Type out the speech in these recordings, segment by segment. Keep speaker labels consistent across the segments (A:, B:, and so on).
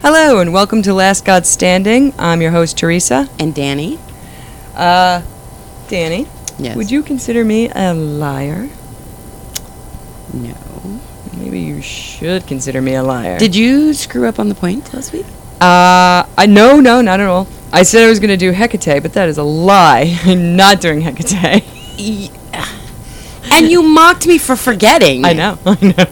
A: Hello, and welcome to Last God Standing. I'm your host, Teresa.
B: And Danny?
A: Uh, Danny,
B: Yes.
A: would you consider me a liar?
B: No.
A: Maybe you should consider me a liar.
B: Did you screw up on the points last week?
A: Uh, I no, no, not at all. I said I was going to do Hecate, but that is a lie. I'm not doing Hecate.
B: And you mocked me for forgetting.
A: I know, I know.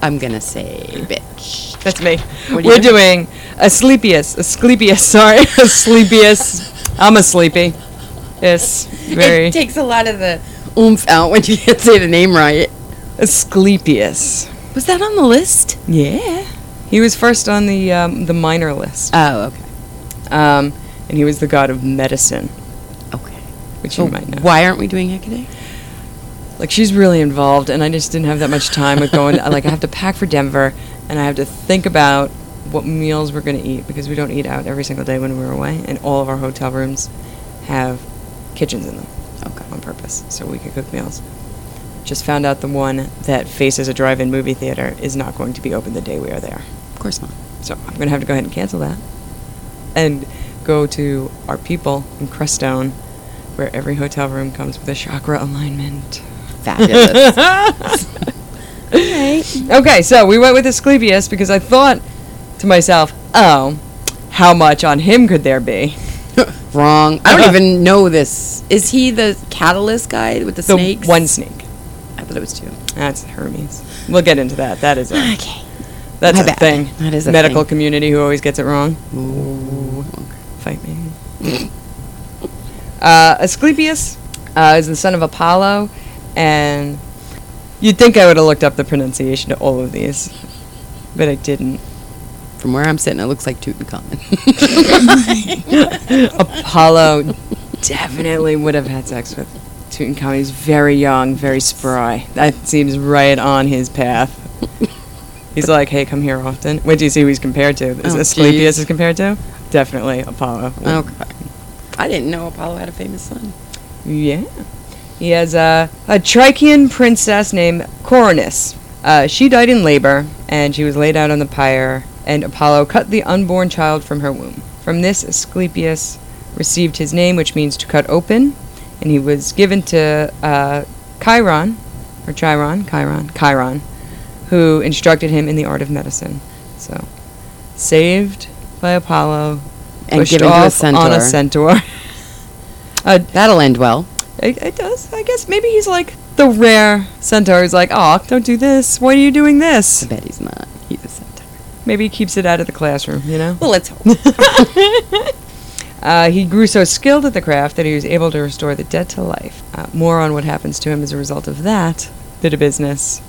B: I'm gonna say bitch.
A: That's me.
B: What are you
A: We're
B: doing?
A: doing Asclepius. Asclepius, sorry. Asclepius. I'm a sleepy. Yes, very.
B: It takes a lot of the oomph out when you can't say the name right.
A: Asclepius.
B: Was that on the list?
A: Yeah. He was first on the um, the minor list,
B: Oh, okay.
A: um, and he was the god of medicine,
B: Okay.
A: which
B: So
A: you might know.
B: Oh, why aren't we doing Hecate?
A: Like she's really involved, and I just didn't have that much time with going. like I have to pack for Denver, and I have to think about what meals we're going to eat because we don't eat out every single day when we're away, and all of our hotel rooms have kitchens in them.
B: Okay.
A: on purpose so we could cook meals. Just found out the one that faces a drive-in movie theater is not going to be open the day we are there.
B: Of course not.
A: So I'm going to have to go ahead and cancel that and go to our people in Crestone where every hotel room comes with a chakra alignment.
B: Fabulous.
A: Okay, so we went with Asclepius because I thought to myself, oh, how much on him could there be?
B: Wrong. I don't even know this. Is he the catalyst guy with the,
A: The
B: snakes?
A: one snake.
B: I thought it was two.
A: That's Hermes. We'll get into that. That is a,
B: Okay.
A: that's
B: My
A: a
B: bad.
A: thing.
B: That is a
A: medical
B: thing.
A: community who always gets it wrong.
B: Ooh.
A: Fight me. uh, Asclepius uh, is the son of Apollo, and you'd think I would have looked up the pronunciation to all of these, but I didn't.
B: From where I'm sitting, it looks like Tutankhamun.
A: Apollo definitely would have had sex with Tutankhamun. He's very young, very spry. That seems right on his path. He's like, hey, come here often. Wait, do you see who he's compared to? Is
B: Oh,
A: Asclepius
B: geez.
A: is compared to? Definitely Apollo.
B: Okay. I didn't know Apollo had a famous son.
A: Yeah. He has a, a Trichian princess named Coronis. Uh, she died in labor, and she was laid out on the pyre, and Apollo cut the unborn child from her womb. From this, Asclepius received his name, which means to cut open, and he was given to uh, Chiron, or Chiron, Chiron, Chiron, who instructed him in the art of medicine. So, saved by Apollo,
B: And
A: pushed
B: given to a
A: off on a centaur. uh,
B: That'll end well.
A: it, it does. I guess maybe he's like the rare centaur who's like, oh, don't do this. Why are you doing
B: I
A: this?
B: bet he's not. He's a centaur.
A: Maybe he keeps it out of the classroom, you know?
B: Well, let's hope.
A: Uh, he grew so skilled at the craft that he was able to restore the dead to life. Uh, more on what happens to him as a result of that bit of business.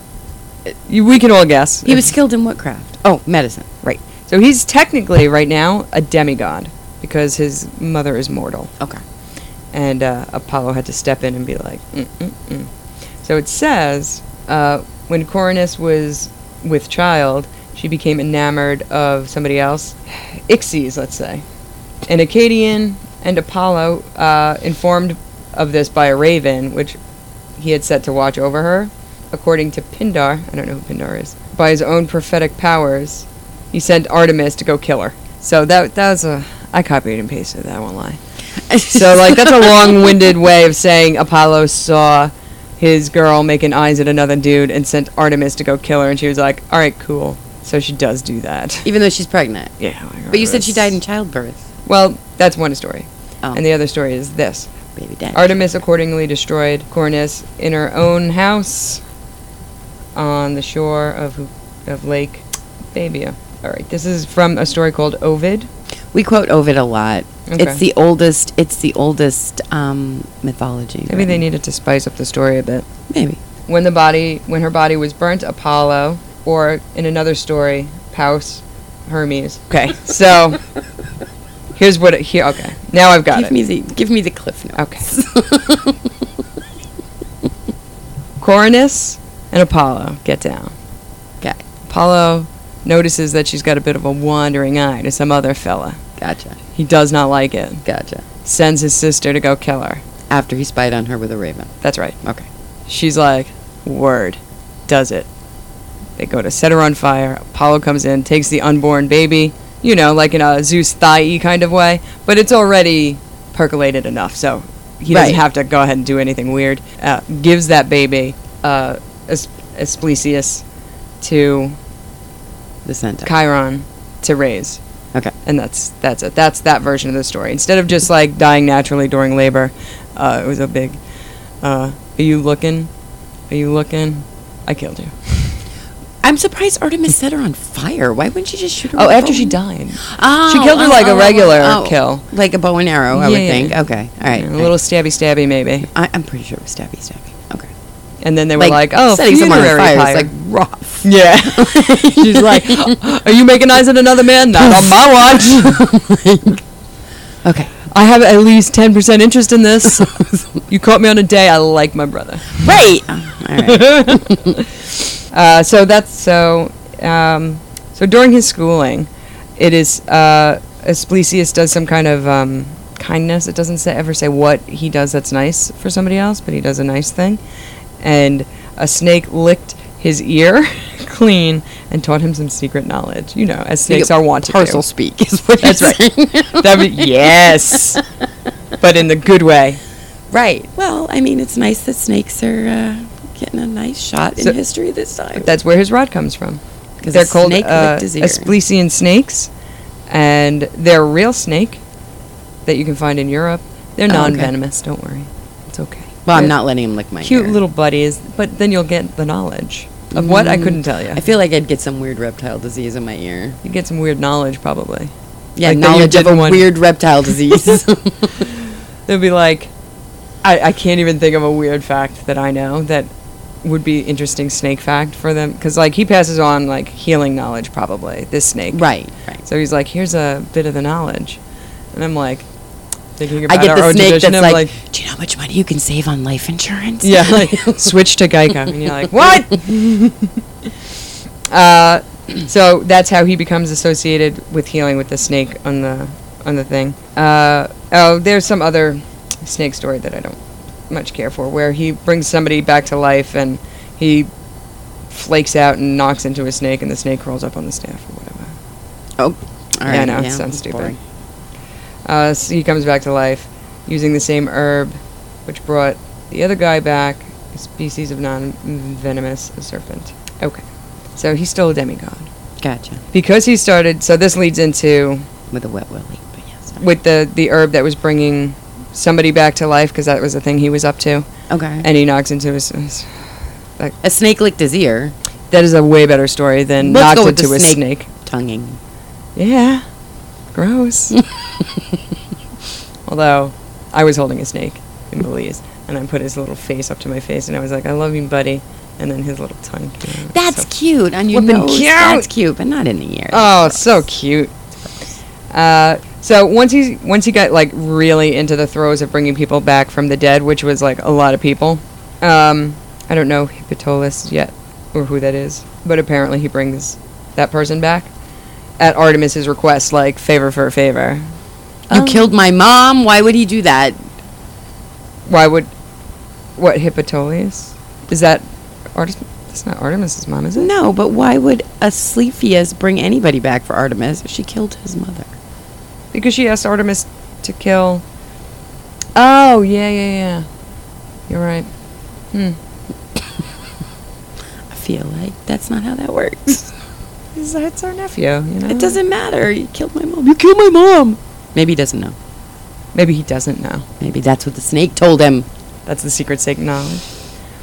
A: You- We can all guess.
B: he was skilled in what craft? Oh, medicine.
A: Right. So he's technically, right now, a demigod because his mother is mortal.
B: Okay.
A: and uh, Apollo had to step in and be like, mm, mm, mm. So it says uh, when Coronis was with child, she became enamored of somebody else, Ixies, let's say. An Acadian and Apollo, uh, informed of this by a raven, which he had set to watch over her, according to Pindar, I don't know who Pindar is, by his own prophetic powers, he sent Artemis to go kill her. So that, that was a. I copied and pasted that, I won't lie. So like that's a long-winded way of saying Apollo saw his girl making eyes at another dude and sent Artemis to go kill her, and she was like, "All right, cool." So she does do that.
B: Even though she's pregnant.
A: Yeah. I
B: But you said she
A: guess.
B: died in childbirth.
A: Well, that's one story,
B: Oh,
A: and the other story is this:
B: baby dad.
A: Artemis accordingly destroyed Cornus in her own house on the shore of Hu- of Lake Babia. All right, this is from a story called Ovid.
B: We quote Ovid a lot.
A: Okay.
B: It's the oldest. It's the oldest um, mythology.
A: Maybe they
B: written.
A: needed to spice up the story a bit.
B: Maybe.
A: when the body when her body was burnt apollo or in another story paus hermes okay so here's what it, here okay now i've got
B: give
A: it
B: me the give me the cliff note.
A: okay coronus and apollo get down
B: Okay.
A: apollo notices that she's got a bit of a wandering eye to some other fella
B: Gotcha.
A: he does not like it
B: Gotcha.
A: sends his sister to go kill her
B: After he spied on her with a raven.
A: that's right
B: Okay.
A: She's like, word, does it. They go to set her on fire. Apollo comes in, takes the unborn baby, you know, like in a Zeus thigh kind of way. But it's already percolated enough, so he doesn't
B: Right.
A: have to go ahead and do anything weird. Uh, gives that baby uh, Es- Asclepius to
B: the center.
A: Chiron to raise.
B: Okay.
A: And that's that's it. That's that version of the story. Instead of just like dying naturally during labor, uh, it was a big. Uh, are you looking? Are you looking? I killed you.
B: I'm surprised Artemis set her on fire. Why wouldn't she just shoot her?
A: Oh,
B: with a
A: after
B: bow?
A: she died.
B: Oh,
A: She killed her
B: oh,
A: like a
B: oh, oh,
A: regular
B: oh.
A: kill.
B: like a bow and arrow. I
A: Yeah,
B: would
A: yeah,
B: think.
A: yeah.
B: Okay, all right.
A: Yeah, a little stabby stabby maybe.
B: I, I'm pretty sure it was stabby, stabby. Okay.
A: And then they were like, "Oh,
B: setting someone on
A: funerary
B: fire
A: pyre."
B: is like rough.
A: yeah. She's like, "Are you making eyes at another man? Not on my watch.
B: Okay.
A: I have at least ten percent interest in this. you caught me on a day I like my brother."
B: Right. all right.
A: Uh, so that's so. Um, so during his schooling, it is uh, Asclepius does some kind of um, kindness. It doesn't say, ever say what he does that's nice for somebody else, but he does a nice thing. And a snake licked his ear clean and taught him some secret knowledge. You know, as snakes are wont to
B: Parcel
A: do.
B: speak is what
A: That's
B: you're
A: right.
B: saying.
A: That would- yes, but in the good way.
B: Right. Well, I mean, it's nice that snakes are uh, getting a nice shot in
A: So-
B: history this time.
A: That's where his rod comes from.
B: 'Cause
A: They're
B: a
A: called
B: snake
A: uh,
B: licked his ear.
A: Asplesian snakes, and they're a real snake that you can find in Europe. They're
B: Oh, okay.
A: non-venomous. Don't worry, it's okay.
B: Well, I'm
A: They're
B: not letting him lick my
A: cute
B: ear.
A: little buddies, but then you'll get the knowledge of what I
B: Mm.
A: couldn't tell you.
B: I feel like I'd get some weird reptile disease in my ear.
A: you get some weird knowledge probably.
B: Yeah,
A: Like that you
B: knowledge of
A: didn't
B: a
A: want-
B: weird reptile disease.
A: They'll be like, I, I can't even think of a weird fact that I know that would be interesting snake fact for them because like he passes on like healing knowledge probably this snake
B: right. Right.
A: So he's like, here's a bit of the knowledge. And I'm like, thinking
B: I
A: about
B: get
A: our
B: the
A: own
B: snake
A: tradition,
B: that's
A: I'm
B: like, do you know how much money you can save on life insurance?
A: yeah, like, switch to Geico. And you're like, what?
B: Oh,
A: uh, so that's how he becomes associated with healing with the snake on the on the thing. Uh, oh, there's some other snake story that I don't much care for, where he brings somebody back to life and he flakes out and knocks into a snake, and the snake crawls up on the staff or whatever.
B: Oh, all right.
A: Yeah, I know, it sounds
B: it's
A: stupid.
B: boring.
A: Uh, so he comes back to life using the same herb, which brought the other guy back, a species of non venomous serpent. Okay. So he's still a demigod.
B: Gotcha.
A: Because he started, so this leads into
B: With a wet willy, but yes.
A: with the, the herb that was bringing somebody back to life, because that was the thing he was up to.
B: Okay.
A: And he knocks into his. his- that,
B: a snake licked his ear.
A: that is a way better story than
B: Let's go
A: knocked
B: with the
A: into a
B: snake.
A: snake.
B: Tonguing.
A: Yeah. Gross. Although, I was holding a snake in Belize, and I put his little face up to my face, and I was like, I love you, buddy. And then his little tongue came out.
B: That's
A: so,
B: cute on your
A: Flippin'
B: nose.
A: cute!
B: That's cute, but not in the ear.
A: Oh,
B: That's
A: so
B: gross.
A: cute. Uh, so once he once he got like really into the throes of bringing people back from the dead, which was like a lot of people. Um, I don't know Hippotolus yet or who that is, but apparently he brings that person back at Artemis's request, like favor for a favor.
B: You killed my mom. Why would he do that?
A: Why would what Hippolytus? Is that Artemis? That's not Artemis's mom, is it?
B: No, but why would Asclepius bring anybody back for Artemis? She killed his mother.
A: because she asked Artemis to kill. Oh yeah, yeah, yeah. You're right. Hmm.
B: I feel like that's not how that works.
A: Is that- It's our nephew, you know.
B: It doesn't matter. You killed my mom. You killed my mom. Maybe he doesn't know.
A: Maybe he doesn't know.
B: Maybe that's what the snake told him.
A: That's the secret sake knowledge.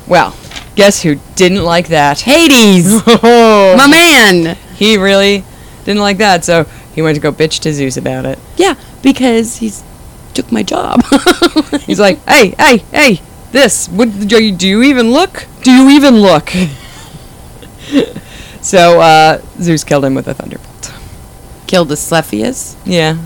A: Well, guess who didn't like that? Oh.
B: Hades, my man.
A: He really didn't like that, so he went to go bitch to Zeus about it.
B: Yeah, because he's took my job.
A: He's like, hey, hey, hey, this. What do you, do you even look? Do you even look? so uh, Zeus killed him with a thunderbolt.
B: killed Asclepius.
A: Yeah.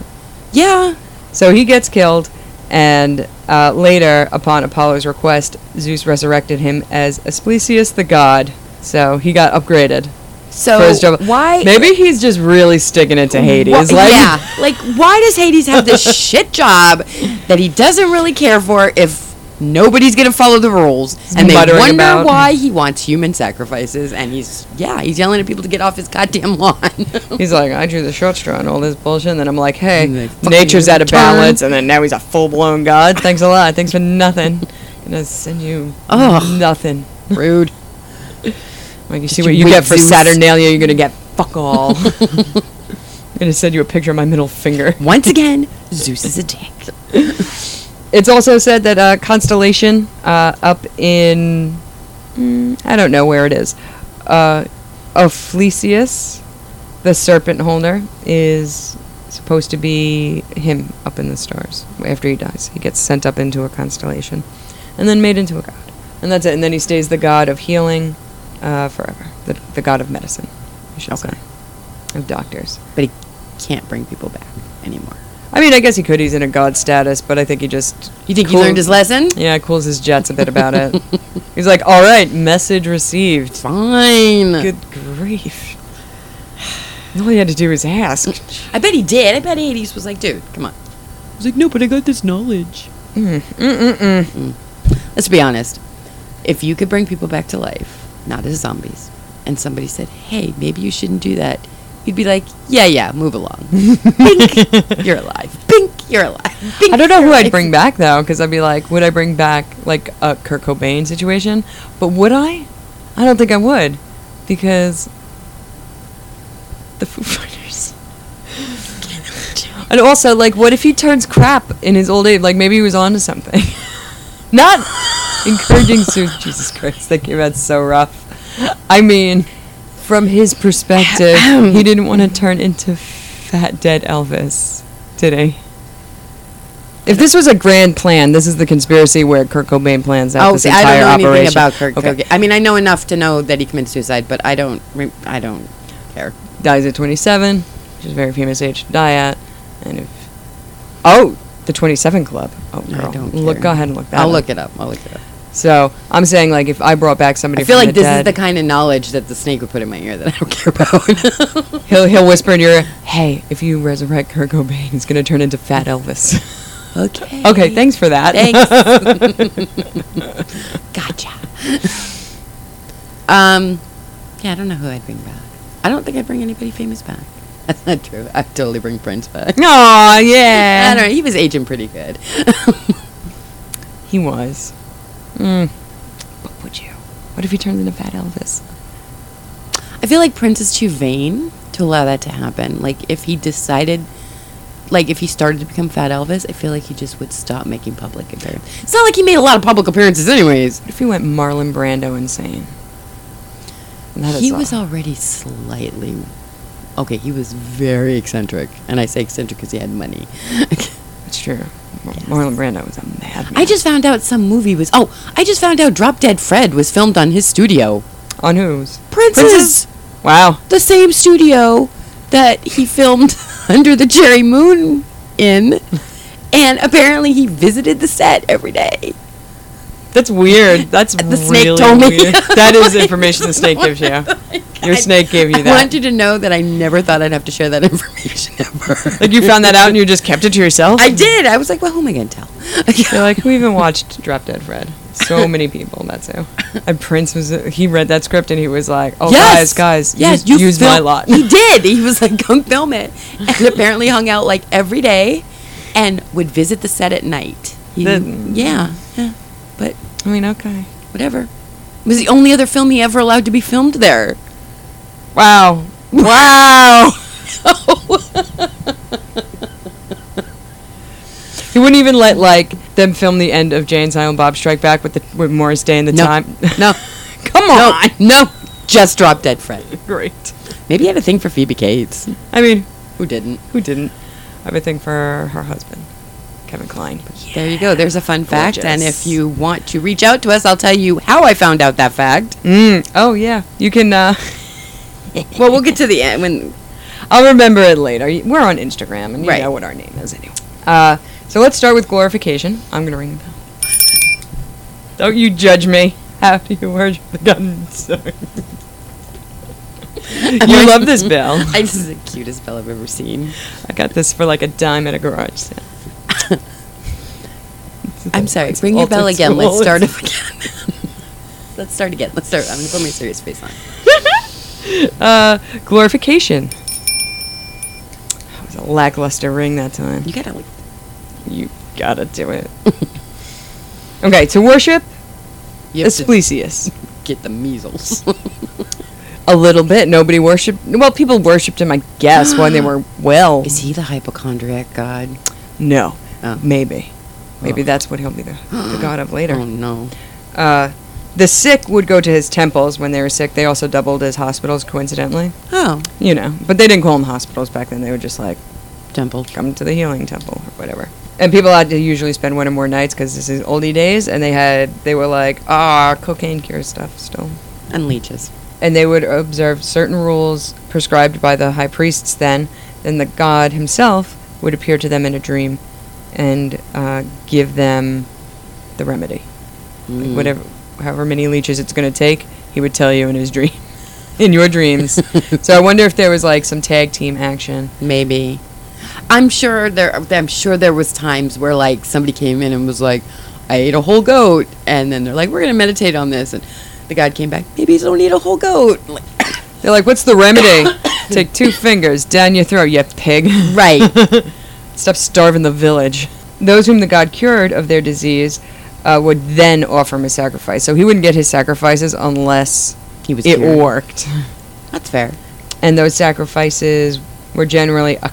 B: Yeah.
A: So he gets killed, and uh, later, upon Apollo's request, Zeus resurrected him as Asclepius the god. So he got upgraded
B: So
A: for his trouble.
B: why?
A: Maybe he's just really sticking it to Hades.
B: Wha-
A: like,
B: yeah. Like, why does Hades have this shit job that he doesn't really care for if Nobody's gonna follow the rules, and they
A: muttering
B: wonder
A: about-
B: why he wants human sacrifices. And he's yeah, he's yelling at people to get off his goddamn lawn.
A: He's like, I drew the short straw and all this bullshit. And then I'm like, hey,
B: And they fucking
A: nature's out of
B: turn.
A: balance. And then now he's a full blown god. Thanks a lot. Thanks for nothing. Gonna send you
B: Ugh.
A: nothing.
B: Rude.
A: Like, you
B: Did
A: see what
B: you
A: you
B: wait,
A: get for
B: Zeus?
A: Saturnalia, you're gonna get fuck all. I'm gonna send you a picture of my middle finger.
B: Once again, Zeus is a dick.
A: It's also said that uh, Constellation uh, up in mm, I don't know where it is. Uh, Ophelicius, the serpent holder, is supposed to be him up in the stars. After he dies, he gets sent up into a constellation, and then made into a god, and that's it. And then he stays the god of healing uh, forever, the, the god of medicine, I should
B: Okay.
A: say, of doctors.
B: But he can't bring people back anymore.
A: I mean, I guess he could. He's in a god status, but I think he just.
B: You think
A: cool-
B: he learned his lesson?
A: Yeah, cools his jets a bit about it. He's like, all right, message received.
B: Fine.
A: Good grief. All he had to do was ask.
B: I bet he did. I bet Hades was like, dude, come on.
C: I was like, no, but I got this knowledge.
A: Mm, mm, mm, mm.
B: Let's be honest. If you could bring people back to life, not as zombies, and somebody said, hey, maybe you shouldn't do that, you'd be like, yeah, yeah, move along. Bink, you're alive. Bink, you're alive. Bink,
A: I don't know
B: you're
A: who I'd
B: alive.
A: bring back, though, because I'd be like, would I bring back, like, a Kurt Cobain situation? But would I? I don't think I would, because the Foo Fighters. And also, like, what if he turns crap in his old age? Like, maybe he was onto something. Not encouraging Sue. Jesus Christ, that came out so rough. I mean, from his perspective, he didn't want to turn into fat dead Elvis, did he? If this was a grand plan, this is the conspiracy where Kurt Cobain plans out
B: Oh,
A: this
B: see, I
A: entire
B: don't know anything
A: operation.
B: about Kurt
A: Okay.
B: Cobain. I mean, I know enough to know that he committed suicide, but I don't. Re- I don't care.
A: dies at 27, which is a very famous age to die at. And if oh, the 27 Club. Oh,
B: I
A: girl.
B: don't
A: look.
B: care.
A: Go ahead and look that.
B: I'll
A: up.
B: look it up. I'll look it up.
A: So I'm saying, like, if I brought back somebody,
B: I feel
A: from
B: like
A: the
B: this
A: dead,
B: is the kind of knowledge that the snake would put in my ear that I don't care about.
A: he'll he'll whisper in your ear, "Hey, if you resurrect Kurt Cobain, he's gonna turn into Fat Elvis."
B: okay.
A: okay, thanks for that.
B: Thanks. gotcha. um, yeah, I don't know who I'd bring back. I don't think I'd bring anybody famous back. That's not true. I'd totally bring Prince back.
A: Aw, uh, yeah.
B: I don't know. He was aging pretty good.
A: He was. Mm. But would you? What if he turned into Fat Elvis?
B: I feel like Prince is too vain to allow that to happen. Like if he decided, like if he started to become Fat Elvis, I feel like he just would stop making public appearances. It's not like he made a lot of public appearances, anyways.
A: What if he went Marlon Brando insane? That is
B: he was
A: all.
B: already slightly okay. He was very eccentric, and I say eccentric because he had money.
A: It's true. Mar-
B: Yes.
A: Marlon Brando was a madman.
B: I just found out some movie was. Oh, I just found out Drop Dead Fred was filmed on his studio.
A: on whose?
B: Prince's,
A: Prince's- Wow.
B: the same studio that he filmed Under the Cherry Moon in, and apparently he visited the set every day.
A: That's weird. That's
B: The snake really told me. weird.
A: That is information the snake gives you. Your
B: I-
A: snake gave you
B: I
A: that.
B: want you to know that I never thought I'd have to share that information ever.
A: Like you found that out and you just kept it to yourself?
B: I did. I was like, well, who am I going to tell?
A: You're like, who even watched Drop Dead Fred? So many people, that's who. And Prince was, he read that script and he was like, oh,
B: yes,
A: guys, guys,
B: yes,
A: use,
B: you
A: use my
B: fil-
A: lot.
B: He did. He was like, come film it, and apparently hung out like every day, and would visit the set at night. He-
A: Then-
B: yeah, yeah, but
A: I mean, okay.
B: whatever. It was the only other film he ever allowed to be filmed there.
A: Wow. Wow. He wouldn't even let like them film the end of Jay and Silent Bob Strike Back with the with Morris Day and the
B: No.
A: time.
B: No,
A: Come
B: no,
A: on.
B: no. Just drop dead Fred.
A: Great.
B: Maybe he had a thing for Phoebe Cates.
A: I mean,
B: Who didn't?
A: who didn't? I have a thing for her husband, Kevin Klein.
B: There you go. There's a fun fact. And
A: Gorgeous.
B: if you want to reach out to us, I'll tell you how I found out that fact.
A: Mm. Oh yeah, you can. Uh,
B: Well, we'll get to the end when
A: I'll remember it later. You- We're on Instagram, and you
B: Right.
A: know what our name is anyway. Uh, so let's start with glorification. I'm gonna ring the bell. Don't you judge me. How do you worship the God? Sorry. you love this bell.
B: I, this is the cutest bell I've ever seen.
A: I got this for like a dime at a garage sale.
B: I'm sorry.
A: It's
B: Ring your bell
A: altered
B: again. Let's
A: small.
B: start up again. Let's start again. Let's start. I'm gonna put my serious face on.
A: uh, glorification. That was a lackluster ring that time.
B: You gotta like.
A: You gotta do it. okay, to worship
B: You have to
A: Asclepius.
B: get the measles.
A: A little bit. Nobody worshipped. Well, people worshipped him, I guess, when they were well.
B: Is he the hypochondriac god?
A: No.
B: Oh.
A: Maybe. Maybe
B: Oh.
A: that's what he'll be the, the god of later.
B: Oh no.
A: Uh, the sick would go to his temples when they were sick. They also doubled as hospitals, coincidentally.
B: Oh,
A: You know, but they didn't call them hospitals back then. They were just like,
B: temple.
A: come to the healing temple or whatever. And people had to usually spend one or more nights because this is oldie days, and they had they were like, ah, cocaine cure stuff still.
B: And leeches.
A: and they would observe certain rules prescribed by the high priests then then the god himself would appear to them in a dream and uh, give them the remedy Like,
B: Mm.
A: whatever however many leeches it's going to take he would tell you in his dream in your dreams so i wonder if there was like some tag team action
B: Maybe. I'm sure there. I'm sure there was times where like somebody came in and was like, "I ate a whole goat," and then they're like, "We're gonna meditate on this," and the god came back, "Maybe you don't eat a whole goat." Like,
A: they're like what's the remedy take two fingers down your throat you pig
B: right.
A: Stop starving the village. Those whom the god cured of their disease uh, would then offer him a sacrifice. So he wouldn't get his sacrifices unless
B: he was.
A: it
B: cured.
A: worked.
B: That's fair.
A: And those sacrifices were generally. A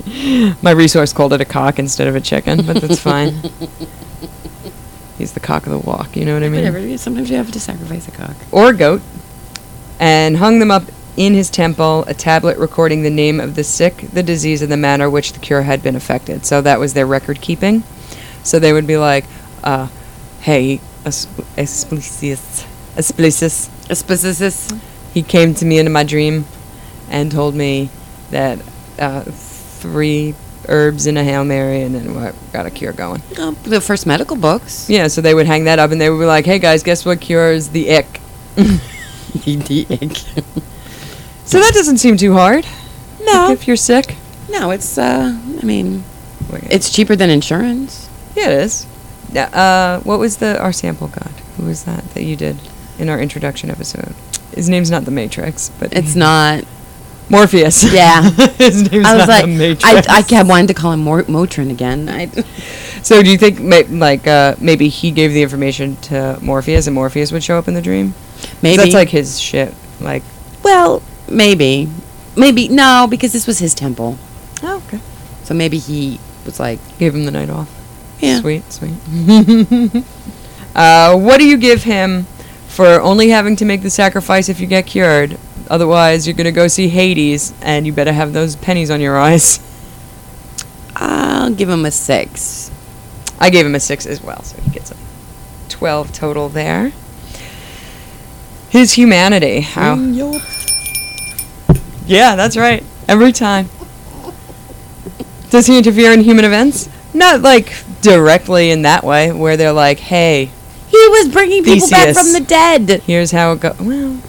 A: My resource called it a cock instead of a chicken, but that's fine. He's the cock of the walk, you know what I mean?
B: Whatever. yeah, Sometimes you have to sacrifice a cock.
A: or goat, and hung them up in his temple, a tablet recording the name of the sick, the disease, and the manner which the cure had been effected. So that was their record keeping. So they would be like, uh, hey, As- Asclepius, Asclepius,
B: Aspasis.
A: he came to me in my dream and told me that uh, three herbs in a Hail Mary, and then what got a cure going.
B: Um, the first medical books.
A: Yeah, so they would hang that up, and they would be like, hey guys, guess what cures the ick?
B: The- the egg.
A: So that doesn't seem too hard.
B: No.
A: Like, if you're sick.
B: no, it's. uh I mean,
A: Wait.
B: it's cheaper than insurance.
A: yeah, it is. Yeah, Uh, what was the our sample god? Who was that that you did in our introduction episode? His name's not the Matrix, but
B: It's not.
A: Morpheus.
B: Yeah.
A: his name's
B: I
A: not
B: was like,
A: the
B: I,
A: Matrix.
B: I kept wanting to call him Mor- Motrin again. I.
A: so do you think ma- like uh, maybe he gave the information to Morpheus and Morpheus would show up in the dream? 'Cause
B: Maybe
A: that's like his shit. Like
B: well, maybe, maybe no, because this was his temple,
A: oh, okay,
B: so maybe he was like,
A: gave him the night off.
B: yeah,
A: Sweet, sweet. uh, what do you give him for only having to make the sacrifice if you get cured? Otherwise, you're going to go see Hades, and you better have those pennies on your eyes.
B: I'll give him a six.
A: I gave him a six as well, so he gets a 12 total there. His humanity. How?
C: Bring your
A: Yeah, that's right. Every time. Does he interfere in human events? Not like directly in that way, where they're like, hey,
B: He was bringing people back
A: Theseus.
B: from the dead.
A: here's how it go. Well,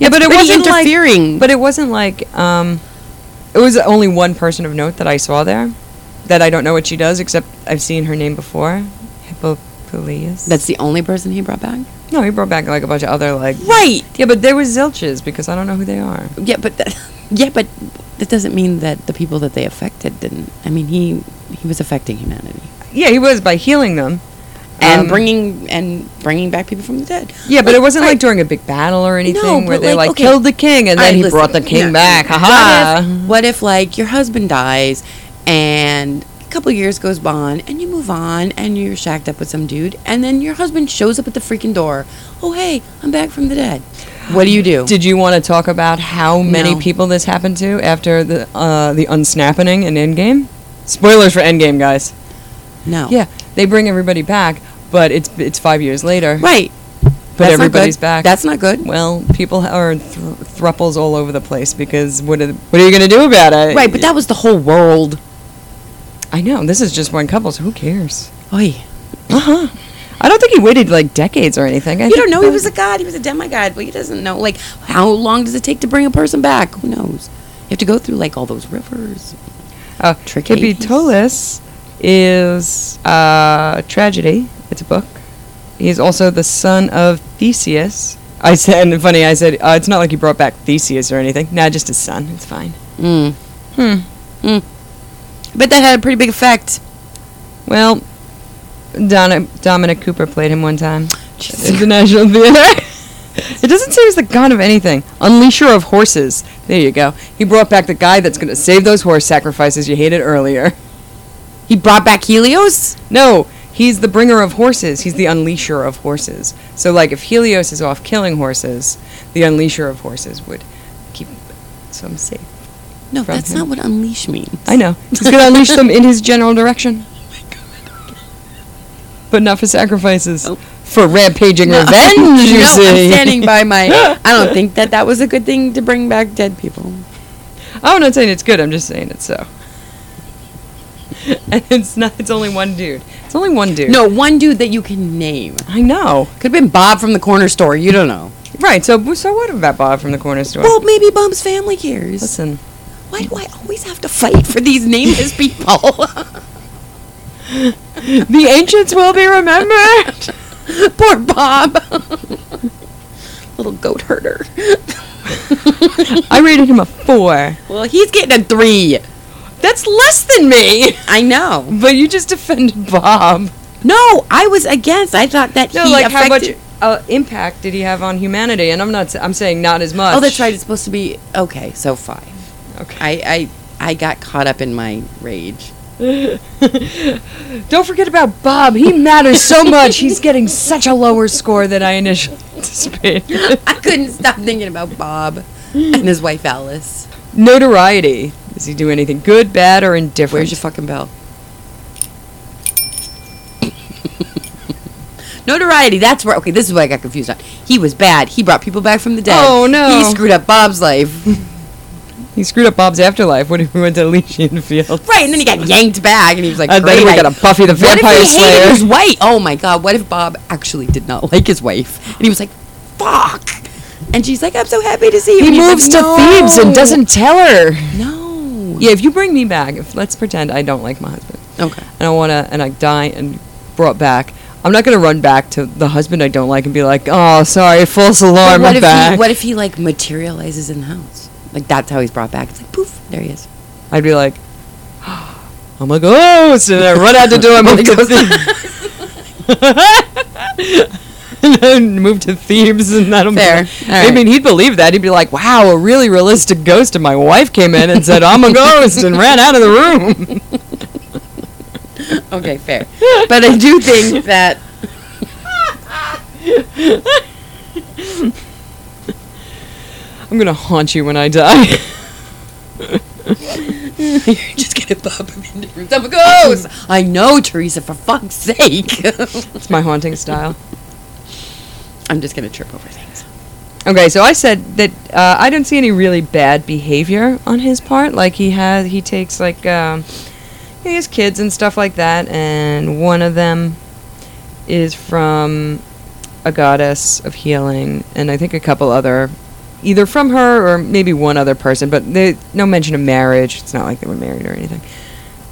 A: yeah, but it
B: pretty
A: wasn't
B: interfering.
A: Like, but it wasn't like um, it was only one person of note that I saw there, that I don't know what she does except I've seen her name before, Hippopolis.
B: That's the only person he brought back.
A: no, he brought back like a bunch of other like
B: Right.
A: Yeah, but there was zilches because I don't know who they are.
B: Yeah, but that, yeah, but that doesn't mean that the people that they affected didn't. I mean, he he was affecting humanity
A: Yeah, he was by healing them
B: and
A: Um,
B: bringing and bringing back people from the dead.
A: Yeah, but it wasn't
B: right.
A: like during a big battle or anything where
B: but,
A: they
B: like,
A: like
B: okay.
A: killed the king and
B: Alright,
A: then he
B: listen,
A: brought the king
B: yeah.
A: back.
B: What
A: Haha.
B: if- What if, like, your husband dies and a couple years goes by and you move on and you're shacked up with some dude and then your husband shows up at the freaking door. Oh, hey, I'm back from the dead. What do you do?
A: Did you want to talk about how many
B: No.
A: people this happened to after the uh, the unsnappening in Endgame? Spoilers for Endgame, guys.
B: no.
A: Yeah, they bring everybody back, but it's it's five years later.
B: Right.
A: but
B: That's not
A: everybody's
B: good.
A: back.
B: That's not good.
A: well, people ha- are thr thruples all over the place because what are, what are you going to do about it?
B: right, but that was the whole world.
A: I know this is just one couple, so who cares? Uh-huh.
B: Oy.
A: I don't think he waited like decades or anything. I
B: You
A: think
B: don't know he
A: that-
B: was a god. He was a demigod. Well, he doesn't know. Like, how long does it take to bring a person back? Who knows? You have to go through, like, all those rivers.
A: Uh,
B: Tricades.
A: Hippolytus is uh, Tragedy. It's a book. He's also the son of Theseus. I said, and funny, I said, uh, it's not like he brought back Theseus or anything. Nah, just his son. It's fine.
B: Mm.
A: Hmm.
B: Mm. But that had a pretty big effect.
A: Well, Donna, Dominic Cooper played him one time
B: Jesus
A: at the National Theater. it doesn't say he was the god of anything. Unleasher of horses. There you go. He brought back the guy that's going to save those horse sacrifices you hated earlier.
B: He brought back Helios?
A: No, he's the bringer of horses. He's the unleasher of horses. So, like, if Helios is off killing horses, the unleasher of horses would keep some safe.
B: No,
A: From
B: that's
A: him.
B: not what unleash means.
A: I know. He's going to unleash them in his general direction. But not for sacrifices.
B: Oh.
A: For rampaging
B: No,
A: revenge, you
B: no,
A: see.
B: I'm standing by my. I don't think that that was a good thing to bring back dead people.
A: Oh, I'm not saying it's good. I'm just saying it's so. And it's not. It's only one dude. It's only one dude.
B: No, one dude that you can name.
A: I know.
B: Could have been Bob from the corner store. You don't know.
A: Right. So, so what about Bob from the corner store?
B: Well, maybe Bob's family cares.
A: listen.
B: Why do I always have to fight for these nameless people?
A: The ancients will be remembered.
B: Poor Bob. Little goat herder.
A: I rated him a four.
B: Well, he's getting a three.
A: That's less than me.
B: I know.
A: But you just defended Bob.
B: No, I was against. I thought that
A: No,
B: he
A: like how much
B: affected.
A: uh, impact did he have on humanity? And I'm not. s- I'm saying not as much.
B: oh, that's right. It's supposed to be okay. So five.
A: Okay.
B: I I I got caught up in my rage.
A: Don't forget about Bob. He matters so much. He's getting such a lower score than I initially anticipated.
B: I couldn't stop thinking about Bob and his wife Alice.
A: Notoriety. Does he do anything good, bad, or indifferent?
B: Where's your fucking bell? Notoriety. That's where. Okay, this is what I got confused on. He was bad. He brought people back from the dead.
A: Oh, no.
B: He screwed up Bob's life.
A: he screwed up Bob's afterlife when he went to Elysian Field.
B: right, and then he got yanked back, and he was like,
A: And then
B: "Great,
A: we
B: I-
A: got a Buffy the
B: what if
A: Vampire
B: he hated
A: Slayer.
B: his wife? Oh my god, what if Bob actually did not like his wife, and he was like, "Fuck," and she's like, "I'm so happy to see you."
A: He
B: and he's
A: moves
B: like,
A: to Thebes and
B: "No."
A: doesn't tell her.
B: No.
A: Yeah, if you bring me back, if let's pretend I don't like my husband
B: Okay.
A: and I want to and I die and brought back, I'm not gonna run back to the husband I don't like and be like, oh, sorry, false
B: But
A: alarm,
B: what
A: I'm
B: if
A: back.
B: he what if he like materializes in the house? Like that's how he's brought back. It's like poof, there he is.
A: I'd be like, I'm a ghost, and I run out the door and move to Thebes. and then move to Thebes, and that'll
B: Fair.
A: be.
B: All
A: I
B: right.
A: mean, he'd believe that. He'd be like, "Wow, a really realistic ghost." And my wife came in and said, "I'm a ghost," and ran out of the room.
B: Okay, fair. but I do think that
A: I'm gonna haunt you when I die.
B: you're just gonna pop him into rooms. I'm a ghost. I know, Teresa. For fuck's sake.
A: it's my haunting style.
B: I'm just gonna trip over things.
A: Okay, so I said that uh, I don't see any really bad behavior on his part. Like he has, he takes like um, he has kids and stuff like that, and one of them is from a goddess of healing, and I think a couple other, either from her or maybe one other person, but they, no mention of marriage. It's not like they were married or anything,